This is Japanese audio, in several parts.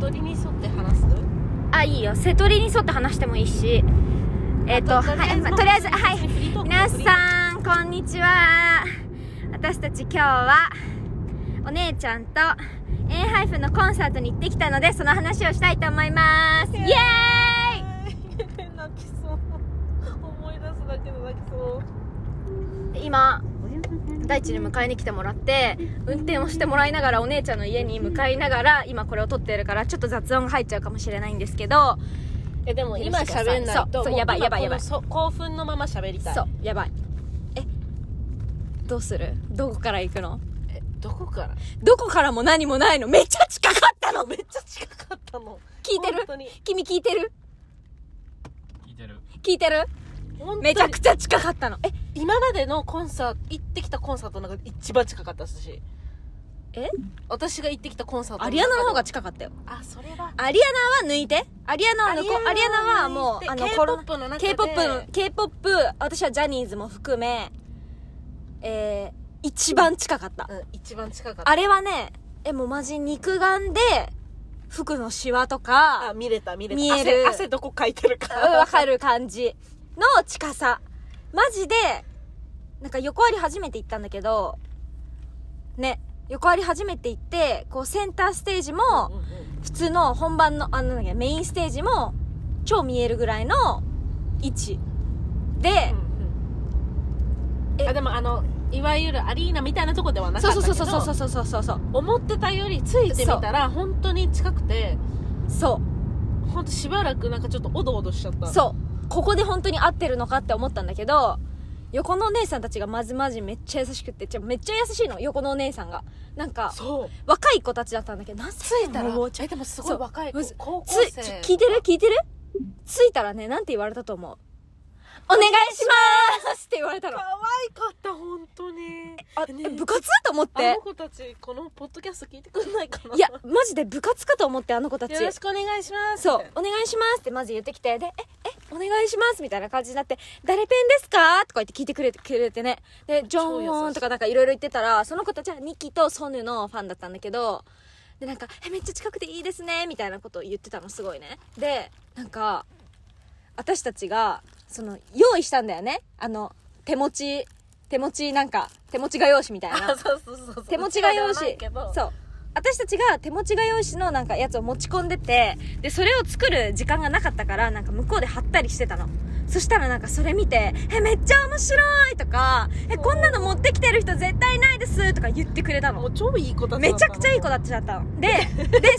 取りに沿って話すあいいよ瀬戸りに沿って話してもいいしえっ、とあとはいまあととりりああええずずはいフリートーク皆フリートさんこんにちは私たち今日はお姉ちゃんとエンハイフのコンサートに行ってきたのでその話をしたいと思いますイエーイ泣きそう思い出すだけで泣きそう今大地に迎えに来てもらって運転をしてもらいながらお姉ちゃんの家に向かいながら今これを撮ってるからちょっと雑音が入っちゃうかもしれないんですけどえでも今喋んないそうとそうもうやばい今やばいやばいこのそ興奮のまま喋りたいそうやばいえどうするどこから行くのえどこからどこからも何もないのめっちゃ近かったのめっちゃ近かったの聞いてる本当に君聞いてる聞いてる聞いてる本当にめちゃくちゃ近かったのえ今までのコンサート行ってきたコンサートの中で一番近かったしえ私が行ってきたコンサートアリアナの方が中近かったよであそれはアリアナは抜いてアリアナは抜こうアリアナはもうあのコロナ K-POP の中で K-POP、K-POP、私はジャニーズも含め、えー、一番近かったう。ん、一番近かったあれはね、え、もうマジ肉眼で、服のシワとあか、見れた見れた見える汗汗どこかいてるかうんわかる感じの近さ。マジで、なんか横割り初めて行ったんだけど、ね、横割り初めて行って、こうセンターステージも、うんうんうん普通の本番の、あの、なんだっけメインステージも、超見えるぐらいの位置。で、うんうんえあでもあのいわゆるアリーナみたいなとこではなかそっうたけどそうそうそうそうそうそうそう。思ってたよりついてみたら本当に近くてそ本当しばらくなんかちょっとおどおどしちゃったうそうここで本当に合ってるのかって思ったんだけど横のお姉さんたちがまずまじめっちゃ優しくってちょめっちゃ優しいの横のお姉さんがなんかそう若い子たちだったんだけど何つ歳いたらもうちょえでもすごそいう若い子むず高校つ生ちょ聞いてる聞いてる着いたらねなんて言われたと思うお願いしますって言われたの可愛かった本当にあねえ部活と思っあての子たちこのポッドキャスト聞いてくんないかないいやマジで部活かと思ってあの子たちよろしくお願いしますそう、お願いしますってまず言ってきて、で、え、え、お願いしますみたいな感じになって、誰ペンですかとか言って聞いてくれてくれてね。で、ジョンウォンとかなんかいろいろ言ってたら、その子たちはニキとソヌのファンだったんだけど、で、なんか、え、めっちゃ近くていいですねみたいなことを言ってたの、すごいね。で、なんか、私たちが、その、用意したんだよね。あの、手持ち、手持ちなんか、手持ち画用紙みたいな あ。そうそう そうそう手持ちが用うちらではない紙けどそう私たちが手持ちが用紙のなんかやつを持ち込んでてでそれを作る時間がなかったからなんか向こうで貼ったりしてたのそしたらなんかそれ見て「えめっちゃ面白い!」とか「えこんなの持ってきてる人絶対ないです!」とか言ってくれたものう超いい子たちだったのめちゃくちゃいい子だったので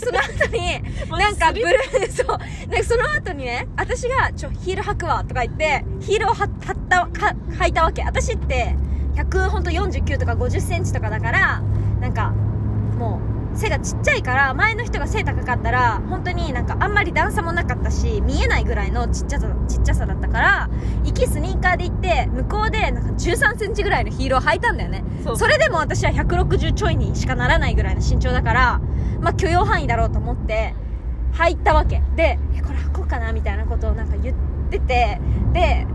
でその後にマジなんかスブリルーそうなんかその後にね私が「ちょヒール履くわ」とか言ってヒールをは貼ったか履いたわけ私って100ほんと49とか50センチとかだからなんかもう背がちっちゃいから前の人が背高かったら本当になんかあんまり段差もなかったし見えないぐらいのちっちゃさちっちゃさだったから行きスニーカーで行って向こうでなんか13センチぐらいのヒールを履いたんだよねそうそれでも私は160ちょいにしかならないぐらいの身長だから、まあ許容範囲だろうと思って、入ったわけ。で、えこれ履こうかなみたいなことをなんか言ってて、で、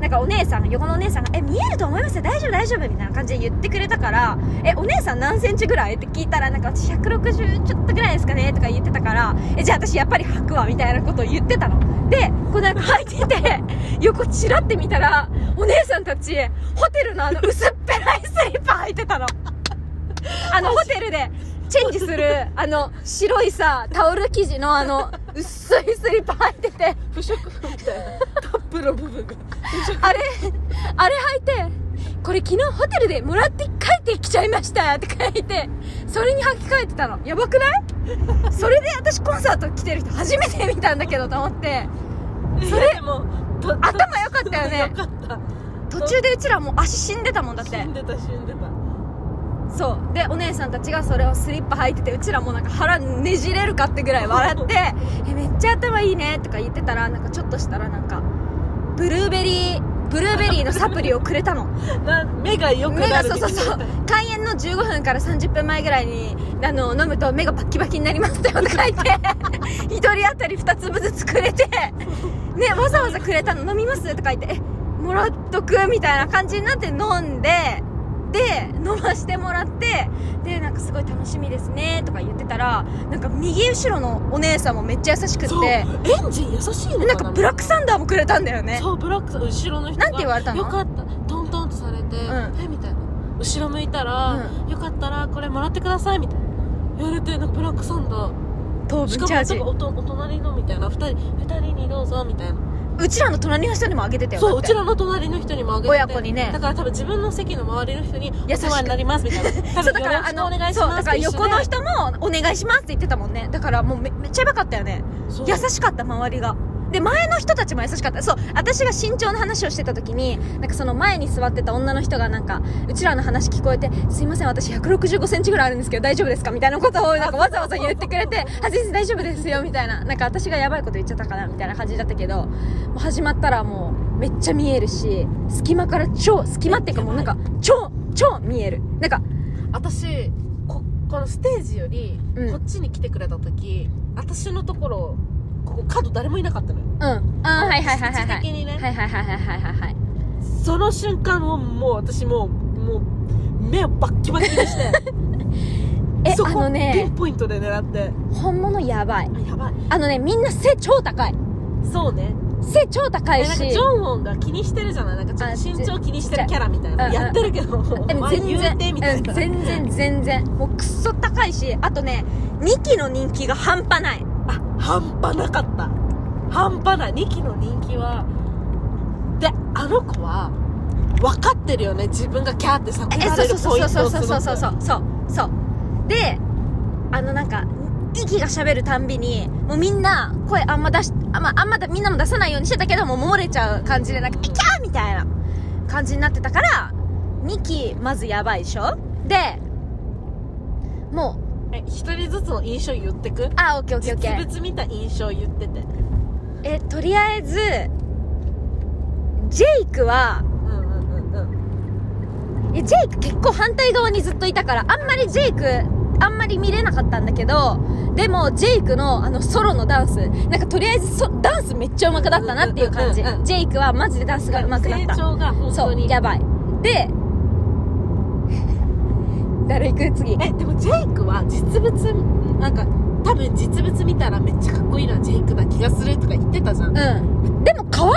なんかお姉さんが、横のお姉さんが、え、見えると思いますよ大丈夫大丈夫みたいな感じで言ってくれたから、え、お姉さん何センチぐらいって聞いたら、なんか私160ちょっとぐらいですかねとか言ってたから、え、じゃあ私やっぱり履くわみたいなことを言ってたの。で、こうなんか履いてて、横ちらって見たら、お姉さんたち、ホテルのあの薄っぺらいスリッパ履いてたの。あの、ホテルで、チェンジする、あの、白いさ、タオル生地のあの、薄いスリッパ履いてて、不織布みたいなタップの部分があれ、あれ履いて、これ昨日ホテルでもらって帰ってきちゃいましたって書いて、それに履き替えてたの。やばくないそれで私コンサート来てる人初めて見たんだけどと思って、それもと頭良かったよねよかった途中でうちらもう足死んでたもんだって死。んでた死んでたそうでお姉さんたちがそれをスリッパ履いててうちらもなんか腹ねじれるかってぐらい笑って「えめっちゃ頭いいね」とか言ってたらなんかちょっとしたらなんかブルーベリーブルーベリーのサプリをくれたのな目が良く目ながるそうそうそう開演の15分から30分前ぐらいにあの飲むと目がバッキバキになりますって書いて 一人当たり2粒ずつくれてねわざわざくれたの飲みますとか言ってえもらっとくみたいな感じになって飲んででで飲ましてもらってでなんかすごい楽しみですねとか言ってたらなんか右後ろのお姉さんもめっちゃ優しくそうてエンジン優しいのかななんかブラックサンダーもくれたんだよねそうブラックさん後ろの人がなんて言われたのよかったトントンとされて、んえみたいな後ろ向いたら、よかったらこれもらってくださいみたいな言われてなんかブラックサンダー糖し分かもチャージなんかおとお隣のみたいな2人二人にどうぞみたいなうちらの隣の人にもあげてたよそううだってちらの隣の人にもあげてて親子にねだから多分自分の席の周りの人に優おしく世話になりますみたいな多 そ分うだからあよろのしくお願いしそうまだすからって一緒で横の人も「お願いします」って言ってたもんねだからもうめめっちゃやばかったよねそう優しかった周りがで前の人たちも優しかったそう私が身長の話をしてた時になんかその前に座ってた女の人がなんかうちらの話聞こえて「すいません私1 6 5センチぐらいあるんですけど大丈夫ですか?」みたいなことをなんかわざわざ言ってく れて「あ全然大丈夫ですよ」みたいななんか私がやばいこと言っちゃったかなみたいな感じだったけどもう始まったらもうめっちゃ見えるし隙間から超隙間っていうかもうなんか超超見えるなんか私ここのステージより、うんこっちに来てくれた時私のところここ角誰もいなかったのようんあーはいはいはいはいは位置的いにね、はいはいはいはいはいはいはいその瞬間ももう私もうもう目をバッキバキにして えそあこのピねンポイントで狙って本物やばいあやばいあのね、みんな背超高い。そうね背超高えいなんし。かジョンウォンが気にしてるじゃないなんかちょっと身長気にしてるキャラみたいうんなうんやってるけどでも全お前言うて然、みたういんな全然、全然。もうくっそ高いし、あとね、2期の人気が半端ない。あ半端なかった半端ない2期の人気はであの子は分かってるよね自分がキャーって叫え、ばそうれるそポインうトそうをそうそうそうそううそう。そう。で、あのなんか、息が喋るたんびに、もうみんな声あんま出し、あまあ、あんまだみんなも出さないようにしてたけど、もう漏れちゃう感じで、なんか、キャーみたいな感じになってたから、2期まずやばいでしょで、もう、え一人ずつの印象言ってくあ、オッケーオッケ実ーオッケー。物見た印象言っててえとりあえずジェイクはうんうんうんうんいやジェイク結構反対側にずっといたからあんまりジェイクあんまり見れなかったんだけどでもジェイクのあのソロのダンスなんかとりあえずそダンスめっちゃ上手くなったなっていう感じ、うんうんうんジェイクはマジでダンスが上手くなった成長が本当そうにやばいで 誰行く次えでもジェイクは実物なんか多分実物見たらめっちゃかっこいいなジェイクな気がするとか言ってたじゃんうんでも変わ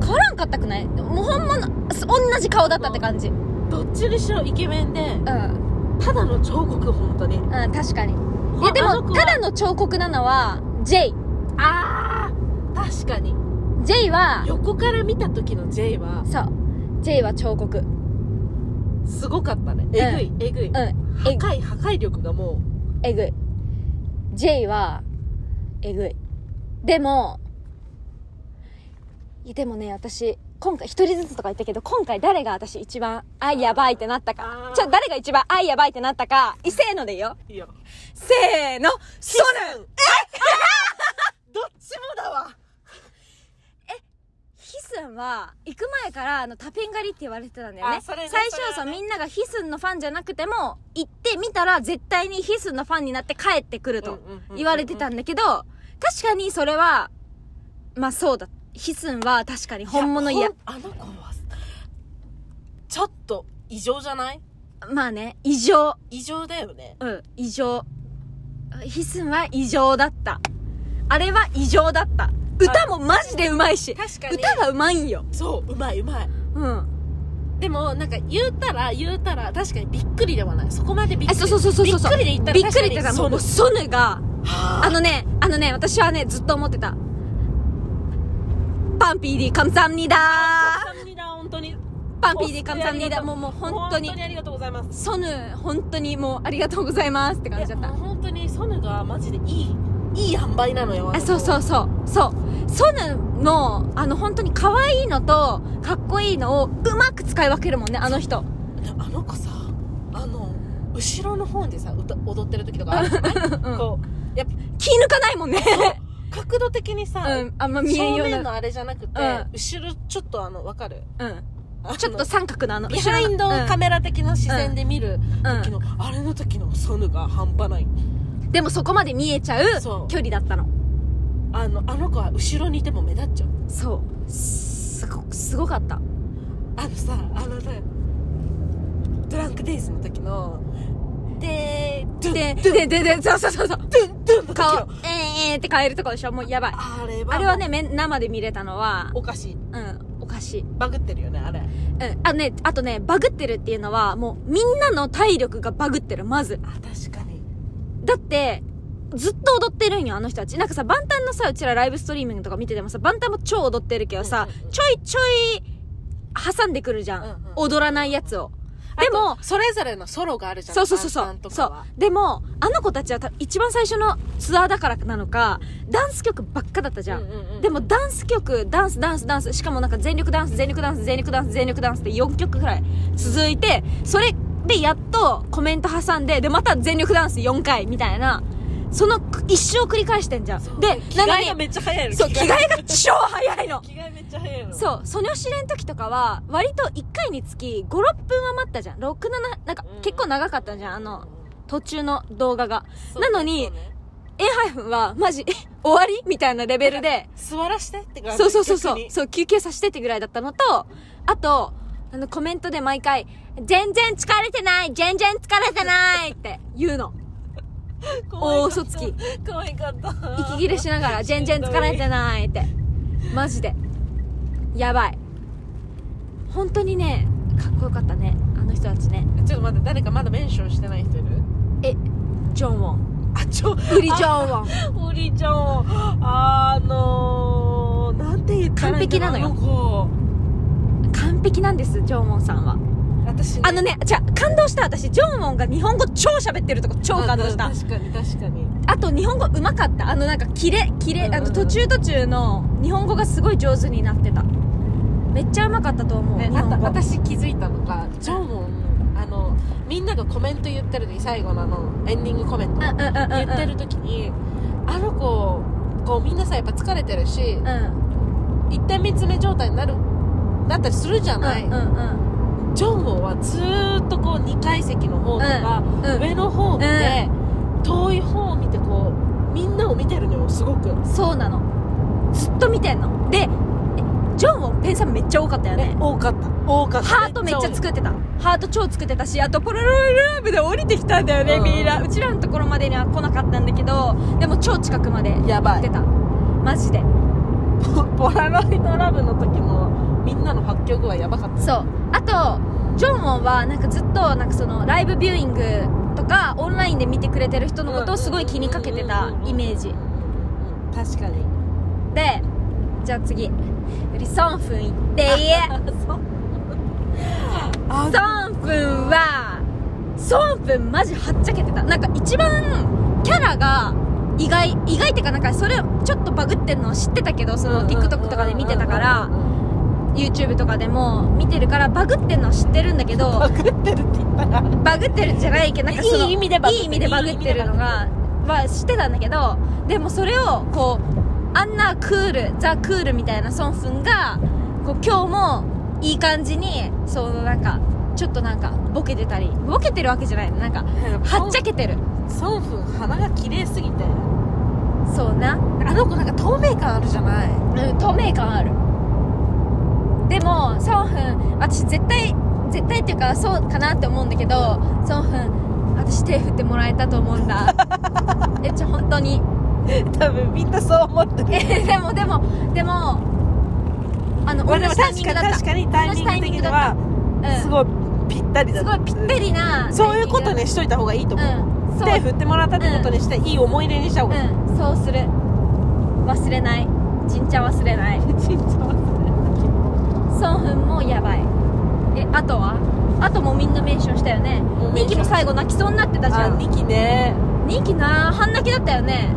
変わらんかったくないもう本物す同じ顔だったって感じうんどっちにしろイケメンでうんただの彫刻本当に確かにいやであのも子はただの彫刻なのは J あー確かに J は横から見た時の J はそう J は彫刻うんすごかったねえぐい、えぐい、破え壊破壊力がもえぐい J はえぐいでもいやでもね私今回一人ずつとか言ったけど今回誰が私一番あやばいってなったあかーじゃあ誰が一番あやばいってなったかいせーのでいいよういいよせーのソヌンどっちもだわヒスンは行く前からあのタペン狩りって言われてたんだよねあそれね最初それそはうねみんながヒスンのファンじゃなくても行ってみたら絶対にヒスンのファンになって帰ってくるうんとうんうんうん言われてたんだけど確かにそれはまあそうだヒスンは確かに 本物いやほんあの子はちょっと異常じゃないまあね異常異常だよねうん異常ヒスンは異常だったあれは異常だった歌もマジでうまいし確かに歌がうまいんよそううまいうまいうんでもなんか言うたら言うたら確かにびっくりではないそこまでびっくありそうそうそうそうそびっくうりで言ったらびっくりって言ったら確もかうにソヌがはあのね、あのね、私はね、ずっと思ってた。パンピーディーカムサムニダーあにだ本当にパンピーディーカムサムニダーもうもう本当に本当、にありがとうございますソヌ、本当にもうありがとうございますって感じだっいやた。もう本当にソヌがマジでいいいい販売なのよあ、そうそううそう、そう。ソヌの、あの本当に可愛いのと、かっこいいのをうまく使い分けるもんね、あの人。あの子さあの後ろの方でさ歌踊ってる時とかあるじゃない、こうやっぱ気抜かないもんね。角度的にさ、うん、あんま見えんよ正う面な。のあれじゃなくて、うん後ろちょっとあのわかる うん。あのちょっと三角のあの、ビハインドカメラ的な視線で見るうん時の、あれの時のソヌが半端ないうんでもそこまで見えちゃうそう距離だったの。あのあの子は後ろにいても目立っちゃうそう。すご、すごかった。あのさあのねドランクデイズの時のでドゥンでドゥでででそうそうそうそうドゥンドゥンの時顔よえー、えーって変えるとこでしょもうやばいあれはあれはねめ生で見れたのはおかしいうんおかしいバグってるよねあれうんあねあとねバグってるっていうのはもうみんなの体力がバグってるまずあ確かにだってずっと踊ってるんよあの人たちなんかさ万端のさうちらライブストリーミングとか見ててもさ万端も超踊ってるけどさ、うんうんうんちょいちょい挟んでくるじゃん、うんうん踊らないやつをでもそれぞれのソロがあるじゃんそうそうそうそパンうパンとかそうはでもあの子たちはた一番最初のツアーだからなのかダンス曲ばっかだったじゃん,、うんうんうんでもダンス曲ダンスダンスダンスしかもなんか全力ダンス全力ダンス全力ダンス全力ダンスって4曲くらい続いてそれでやっとコメント挟んででまた全力ダンス4回みたいなその一生繰り返してんじゃんで着なの替えがにめっちゃ早いのそう着替えが超早いの着替えめっちゃ早いのそう、ソニョシレの時とかは、割と1回につき5、6分は待ったじゃん。6、7、なんかうん結構長かったじゃん、あの、途中の動画が。そうなのにそうね A ハイフンは、マジ、え終わりみたいなレベルで、座らしてって感じそうそうそうそ逆う、にそう、休憩させてってぐらいだったのと、あと、あの、コメントで毎回、全然疲れてない全然疲れてないって言うの。大嘘つき。可愛かった息切れしながら、全然疲れてないって。マジで。やばい。本当にね、かっこよかったね。あの人たちね。ちょっと待って誰かまだメンションしてない人いるえ、ジョンウ ォン。あちょウリジョンウォン。ウリちゃんをあのー、なんて言ったらいいんだろう完璧なのよあの完璧なんです、ジョンウォンさんは。子私あのね、じゃあ感動した私、ジョンウォンが日本語超喋ってるとこ超感動した。確かに確かにあと日本語上手かった。あのなんかキレ、キレ、あうんうんうのん途中途中の日本語がすごい上手になってた。めっちゃ上手かったと思う。ね、日あ本と語。私気づいたのがジョンウォンあのみんながコメント言ってるのに最後のあのエンディングコメントうんうんうんうん言ってる時にあの子こうみんなさやっぱ疲れてるしうん。一点見つめ状態になるなったりするじゃない、うんうんジョンウォンはずーっとこう2階席の方とか、うん。うん。上の方を見て、遠い方を見てこうみんなを見てるのよすごく、そうなの。ずっと見てんの。で、えジョンウォンペンさんめっちゃ多かったよねね。多かった多かったハートめっちゃ作ってたハート超作ってたしあとポロロラーブで降りてきたんだよね、うんみんなうちらのところまでには来なかったんだけどでも超近くまで行やばっていたマジでポポラロイドラブの時もみんなの発狂具合やばかったそうあとジョンウォンはなんかずっとなんかそのライブビューイングとかオンラインで見てくれてる人のことをすごい気にかけてたイメージうん確か にでじゃあ次リソンフンいっていえあソンフンはソンフンマジはっちゃけてたなんか一番キャラが意外意外ってかなんかそれちょっとバグってんのを知ってたけどその TikTok とかで見てたからうんうんうん YouTube とかでも見てるからバグってんのは知ってるんだけどバグってるって言ったらバグってるんじゃないけどなんかそのいい意味でバグってるいい意味でバグってるのがは知ってたんだけどでもそれをこうあんなクールザ・クールみたいなソンフンがこう今日もいい感じにそのなんかちょっとなんかボケてたりボケてるわけじゃないのなんかはっちゃけてるソンフン鼻が綺麗すぎてそうな、うん、あの子なんか透明感あるじゃない透明感あるでもソンフン私絶対絶対っていうかそうかなって思うんだけどソンフン私手振ってもらえたと思う んだえちょ本当に多分みんなそう思ってるえでもでもでもあのまあ同でもじタイミ確ンかにグだった確かにタイミング的にはうんすごいぴったりだすごいぴったりなそういうことにししといた方がいいとう思う、んそう手振ってもらったってことにして、いい思い出にした方 がいい、うんそうする忘れないちんちゃん忘れないソンフンもやばいえあとはあともうみんなメンションしたよねもうメニンションキも最後泣きそうになってたじゃあんニキねニキな半泣きだったよね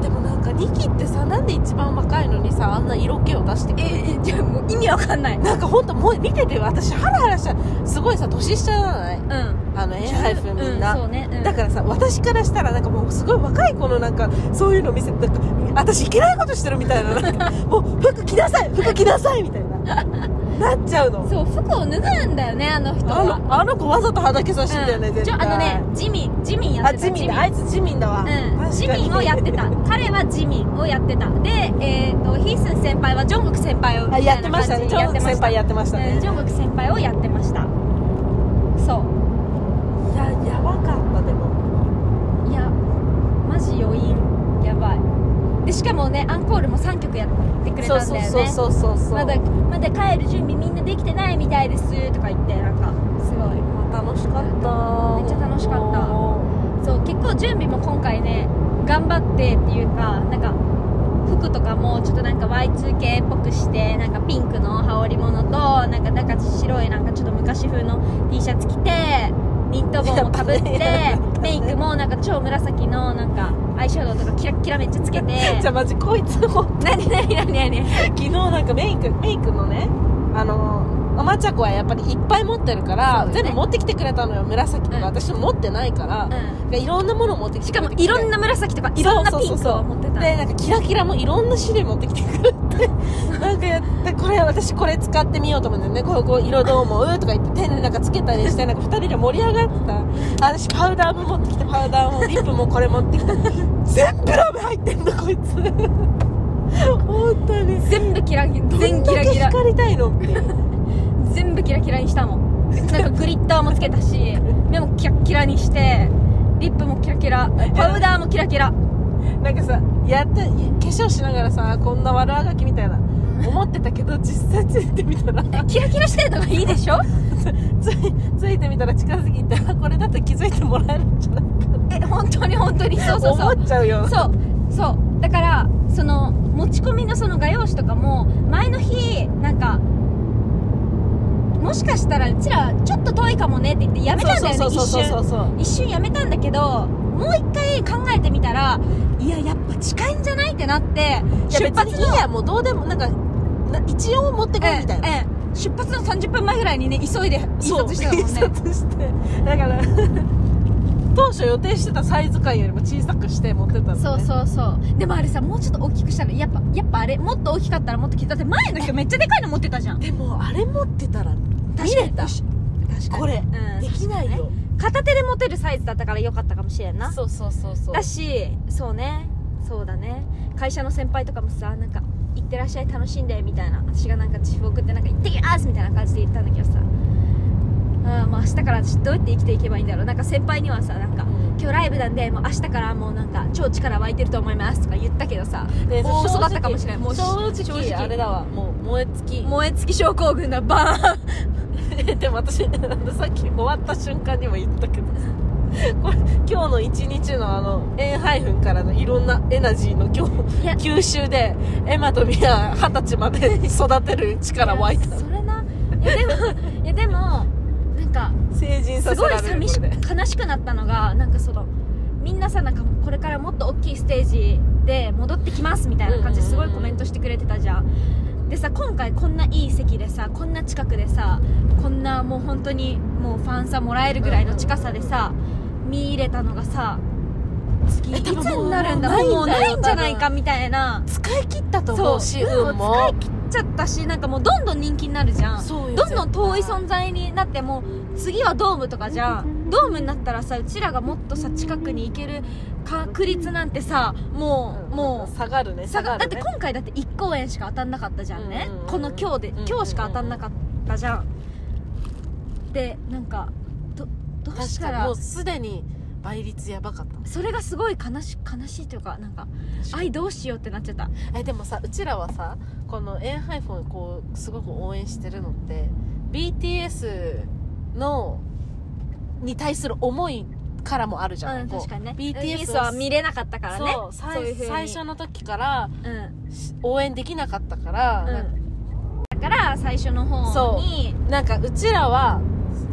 でもなんかニキってさなんで一番若いのにさあんな色気を出してくえるえじゃあもう意味わかんないなんかほんともう見てて私ハラハラしたすごいさ年下じゃないうんあの A ハイフみんな、うんそうね、うんだからさ私からしたらなんかもうすごい若い子のなんかそういうの見せてなんか私いけないことしてるみたいななんかもう服着なさい服着なさいみたいななっちゃうのそう服を脱ぐんだよねあの人あはのあの子わざと裸さしてたよね、うん絶ちょ対あのねジミンジミンやっあてたジミンだあいつジミンだわ、うん、確ジかにミンをやってた彼はジミンをやってたで、えー、とヒースン先輩はジョングク先輩をみ あたいやってなま感しじたねにジョン先輩やってましたうねんジョングク先輩をやってましたそうでしかもねアンコールも3曲やってくれたんだよねうそうそまだまだ帰る準備みんなできてないみたいですとか言ってなんかすごい楽しかっためっちゃ楽しかったっそう結構準備も今回ね頑張ってっていうかなんか服とかもちょっとなんか Y2K っぽくしてなんかピンクの羽織物となんかなんか白いなんかちょっと昔風の T シャツ着てニット帽もか ぶってやっぱねメイクもなんか超紫のなんかアイシャドウとかキラッキラめっちゃつけ て じゃあマジこいつも何何何何昨日なんかメイクメイクのねあのママチャコはやっぱりいっぱい持ってるから、そうだよね全部持ってきてくれたのよ紫とか、うん私持ってないから、うでいろんなもの持ってきんてしくかれもていろんな紫とかいろんなピンクを持ってたでなんかキラキラもいろんな種類持ってきてくれ てなんかやってこれ私これ使ってみようと思うんだよねこうこう色どう思うとか言って手になんかつけたりしてなんか2人で盛り上がってたあ私パウダーも持ってきてパウダーもリップもこれ持っ てきて全部ラメ入ってんのこいつ本当に全部キラキラ全どキんだラけキラ光りたい のっていう全部キラキラにしたもんなんかグリッターもつけた し目もキラッキラにしてリップもキラキラパウダーもキラキラなんかさやって化粧しながらさこんな悪あがきみたいな思ってたけど実際ついてみたらキラキラしてるのがいいでしょついついてみたら近づいてあこれだって気づいてもらえるんじゃないえ本当に本当にそうそうそう思っちゃうよそうそうだからその持ち込みのその画用紙とかも前の日なんかもしかしたらうちらちょっと遠いかもねって言ってやめたんだよねそうそう一そう瞬そうそう一瞬やめたんだけどもう一回考えてみたらいややっぱ近いんじゃないってなっていや出別発にのいいやもうどうでもなんかな一応持ってこいみたいな、ええええ出発の30分前ぐらいにね急いで印そう刷してたもんね印刷してだから 当初予定してたサイズ感よりも小さくして持ってたの、ね、そうそうそうでもあれさもうちょっと大きくしたらやっぱやっぱあれもっと大きかったらもっときだって前の人めっちゃでかいの持ってたじゃんでもあれ持ってたら見確かれにた確これうんできないよ片手で持てるサイズだったから良かったかもしれんなそうそうそうそうだしそうねそうだね会社の先輩とかもさなんか行ってらっしゃい楽しんでみたいな私がなんか地方送ってなんか行ってきますみたいな感じで言ったんだけどさあーもう明日から私どうやって生きていけばいいんだろうなんか先輩にはさなんか今日ライブなんでもう明日からもうなんか超力湧いてると思いますとか言ったけどさでも正直う嘘だったかもしれないもう正直正直あれだわもう燃え尽き燃え尽き症候群だバー ンでも私あのさっき終わった瞬間にも言ったけど これ今日の一日のあの円配分からのいろんなエナジーの今い や日吸 収でエマとミア二十歳まで育てる力湧いたい やそれないやでもいやでもなんか成人させすごいられる寂しこれで悲しくなったのがなんかそのみんなさなんかこれからもっと大きいステージで戻ってきますみたいな感じですごいコメントしてくれてたじゃんでさ今回こんないい席でさこんな近くでさこんなもう本当にもうファンさもらえるぐらいの近さでさ見入れたのがさ次いつになるんだ多分ももううなないいんんじだゃよないかみたいな使い切ったとそ思ううし運運も使もい切っちゃったしなんかもうどんどん人気になるじゃんそうよどんどん遠い存在になってもう次はドームとかじゃんドームになったらさうちらがもっとさ近くに行ける確率なんてさもうも下がるうね下下ががだるってね今回だって1公演しか当たんなかったじゃんねうんうんうんこの今日でうんうんうん今日しか当たんなかったじゃんでなんかどどうし確たかにらもうすでに倍率やばかったもんそれがすごい悲し悲しいというかなんか愛どうしようってなっちゃったえでもさうちらはさこのエンハイフォンをこうすごく応援してるのって BTS のに対する思いからもあるじゃん、うんこう確かにね BTS は見れなかったからねそうそうい最う風に最初の時からうんし応援できなかったから、うなんかんだから最初の方になんかうちらは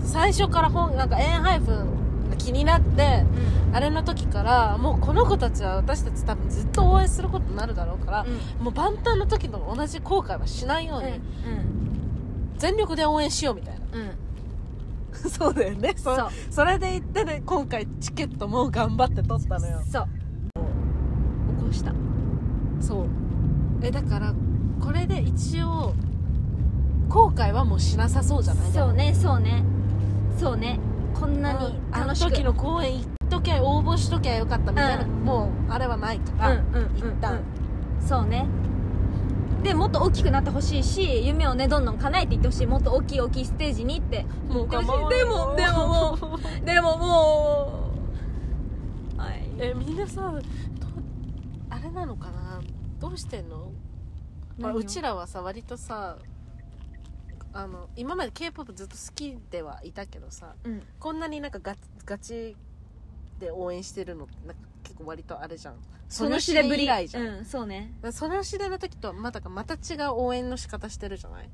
最初から本なんかエンハイフンが気になってうあれの時からもうこの子たちは私たち多分ずっと応援することになるだろうから、んもう万端の時と同じ後悔はしないように、うん全力で応援しようみたいなうんうん そうだよねそそうそれで行ってね今回チケットも頑張って取ったのよそう起こしたそうえだからこれで一応後悔はもうしなさそうじゃないそうねそうねそうねこんな何にあの楽しく時の公演行っときゃ応募しときゃよかったみたいな、うんもうあれはないかうら、んうんうん一旦うんそうねでもっと大きくなってほしいし夢をねどんどん叶えていってほしいもっと大きい大きいステージにってもう構わないでもでももうでももうはいえみんなさどうあれなのかなどうしてんのまあ何をうちらはさ割とさあの今まで k p o p ずっと好きではいたけどさうんこんなになんかガガチで応援してるのってなんか結構割とあれじゃんそのしでぶり以来じゃん、うんそうねそのしでの時とはまたかまた違う応援の仕方してるじゃない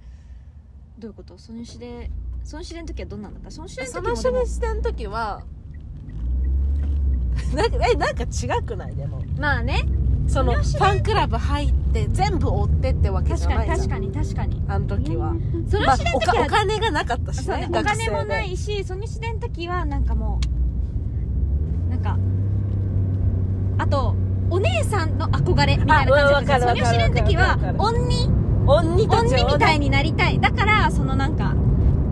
どういうことそのしでそのしでの時はどんなんだったそのしでの時そものしでしたの時 はなんかえなんか違くないでもでもまあねそのフそのしでァンクラブ入って全部追ってってわけじ確ゃかないにじゃん確かに確かにあの時は、そまのあしで、おの時かはお金がなかったしそうねね、お学生金でもないしその自伝の時はなんかもうなんかあとお姉さんの憧れみたいな感じだあったわソわかるニョシレの時はわかるわ鬼鬼たち鬼をみたいになりたいだからそのなんか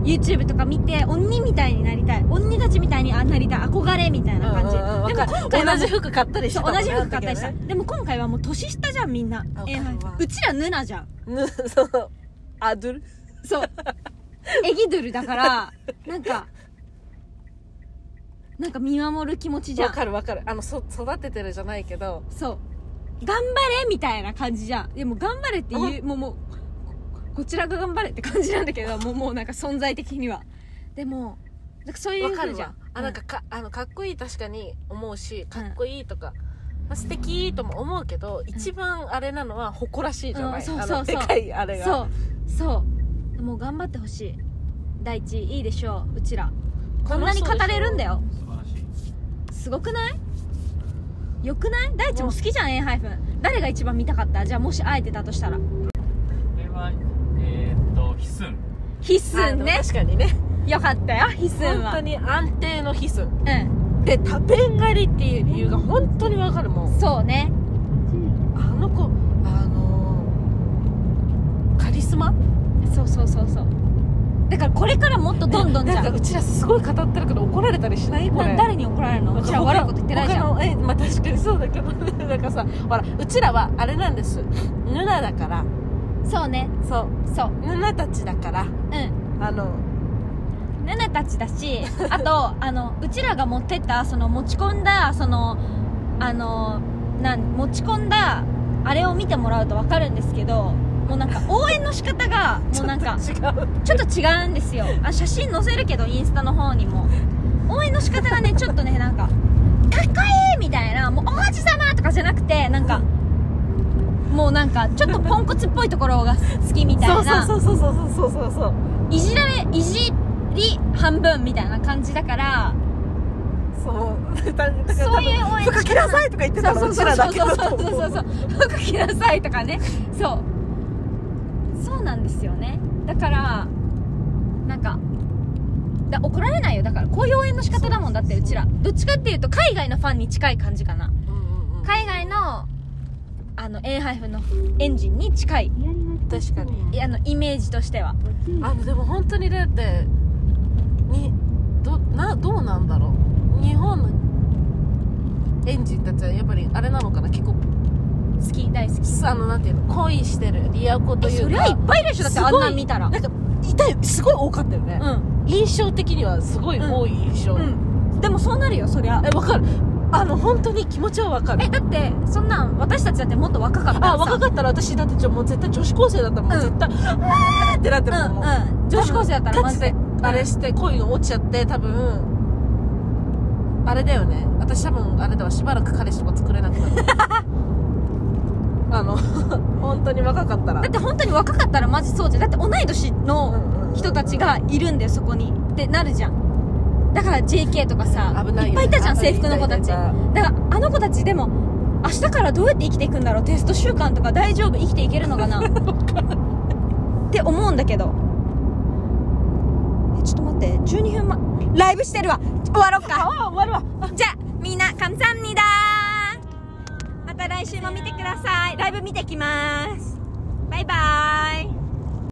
YouTube とか見て鬼みたいになりたい鬼たちみたいにあなりたい憧れみたいな感じうんうんうんでもわかる今回は同じ服買ったりしてそたもうんね同じ服買ったりした、あのでも今回はもう年下じゃんみんなわかるわえーはいうちらヌナじゃん 時はねそうアドゥルそうエギドゥルだからなんかなんか見守る気持ちじゃわんかるわかるあのそ育ててるじゃないけどそう頑張れみたいな感じじゃんでも頑張れって言うもうもうここちらが頑張れって感じなん だけどもうもうなんか存在的にはでもなんかそういうわか風るじじゃゃんんあうなんかかあのかっこいい確かに思うしかっこいいとか、まあ、素敵とも思うけど、一番あれなのは誇らしいじゃない、うんそうあそのうでそうかいあれがそうそうもう頑張ってほしい第一いいでしょううちらこんなに語れるんだよ素晴らしいすごくないよくない大地も好きじゃん A ハイフン誰が一番見たかったじゃあもし会えてたとしたらこれはえー、っとヒスン必あ須でもね確かにねよかったよ必須本は当に安定のヒスンうで多弁狩りっていう理由が本当にわかるもんんそうねあの子あのーカリスマそうそうそうそうだからこれからもっとどんどんじなゃん んかうちらすごい語ってるけど怒られたりしないこれな誰に怒られるのうちら悪いこと言ってないじゃん他のえまあ確かにそうだけど なんかさほらうちらはあれなんですヌナだからそうねそうそうヌナたちだからうんあのナナたちだし あとあのうちらが持ってったその持ち込んだそのあのなん持ち込んだあれを見てもらうと分かるんですけどもうな んか応援の仕方がもうなんかちょっと違うちょっと違うんですよあ写真載せるけどインスタの方にも応援の仕方がねちょっとねなんかかっこいいみたいなもうお王子様とかじゃなくてなんかもうなんかちょっとポンコツっぽいところが好きみたいなそうそうそうそうそうそうそうそういじられいじり半分みたいな感じだからそうだだからそういう応援の仕方服着なさいとか言ってたのそううそちうらそだうけだそうとそう思そうそう服着なさいとかねそうそうなんですよねだからなんかだ怒られないよだからこういう応援の仕方だもんだってうちらどっちかっていうと海外のファンに近い感じかなうんうんうん海外のあの A ハイフンのエンジンに近い確かにあのイメージとしてはあのでも本当にだってにどなどうなんだろう日本のエンジンたちはやっぱりあれなのかな結構好き大好きあのなんていうの恋してるリアコとえいそうりゃかいっぱいいるでしょだってあんなん見たらなんか痛いすごい多かったよね、う印象的にはすごい多い印象、んうんでもそうなるよそりゃえわかるあの本当に気持ちはわかるえだってそんなん私たちだってもっと若かったあ若っかったら私だってちょもう絶対女子高生だったらもううん絶対、あーってなってると思う、うんうん女子高生だったらマジでガチあれして恋が落ちちゃって多分あれだよね私多分あれだわしばらく彼氏とか作れなく なるあの 本当に若かったらだって本当に若かったらマジそうじゃんだって同い年うのんうんうん人たちがいるんだよそこにってなるじゃんだから JK とかさ危ないっよねぱいいたじゃんあ制服の子たちいいだいからあの子たちでも明日からどうやって生きていくんだろうテスト週間とか大丈夫生きていけるの かなって思うんだけどえちょっと待って12分前ライブしてるわ終わろっかあ終わるわじゃあみんな感謝합니다また来週も見てくださいライブ見てきます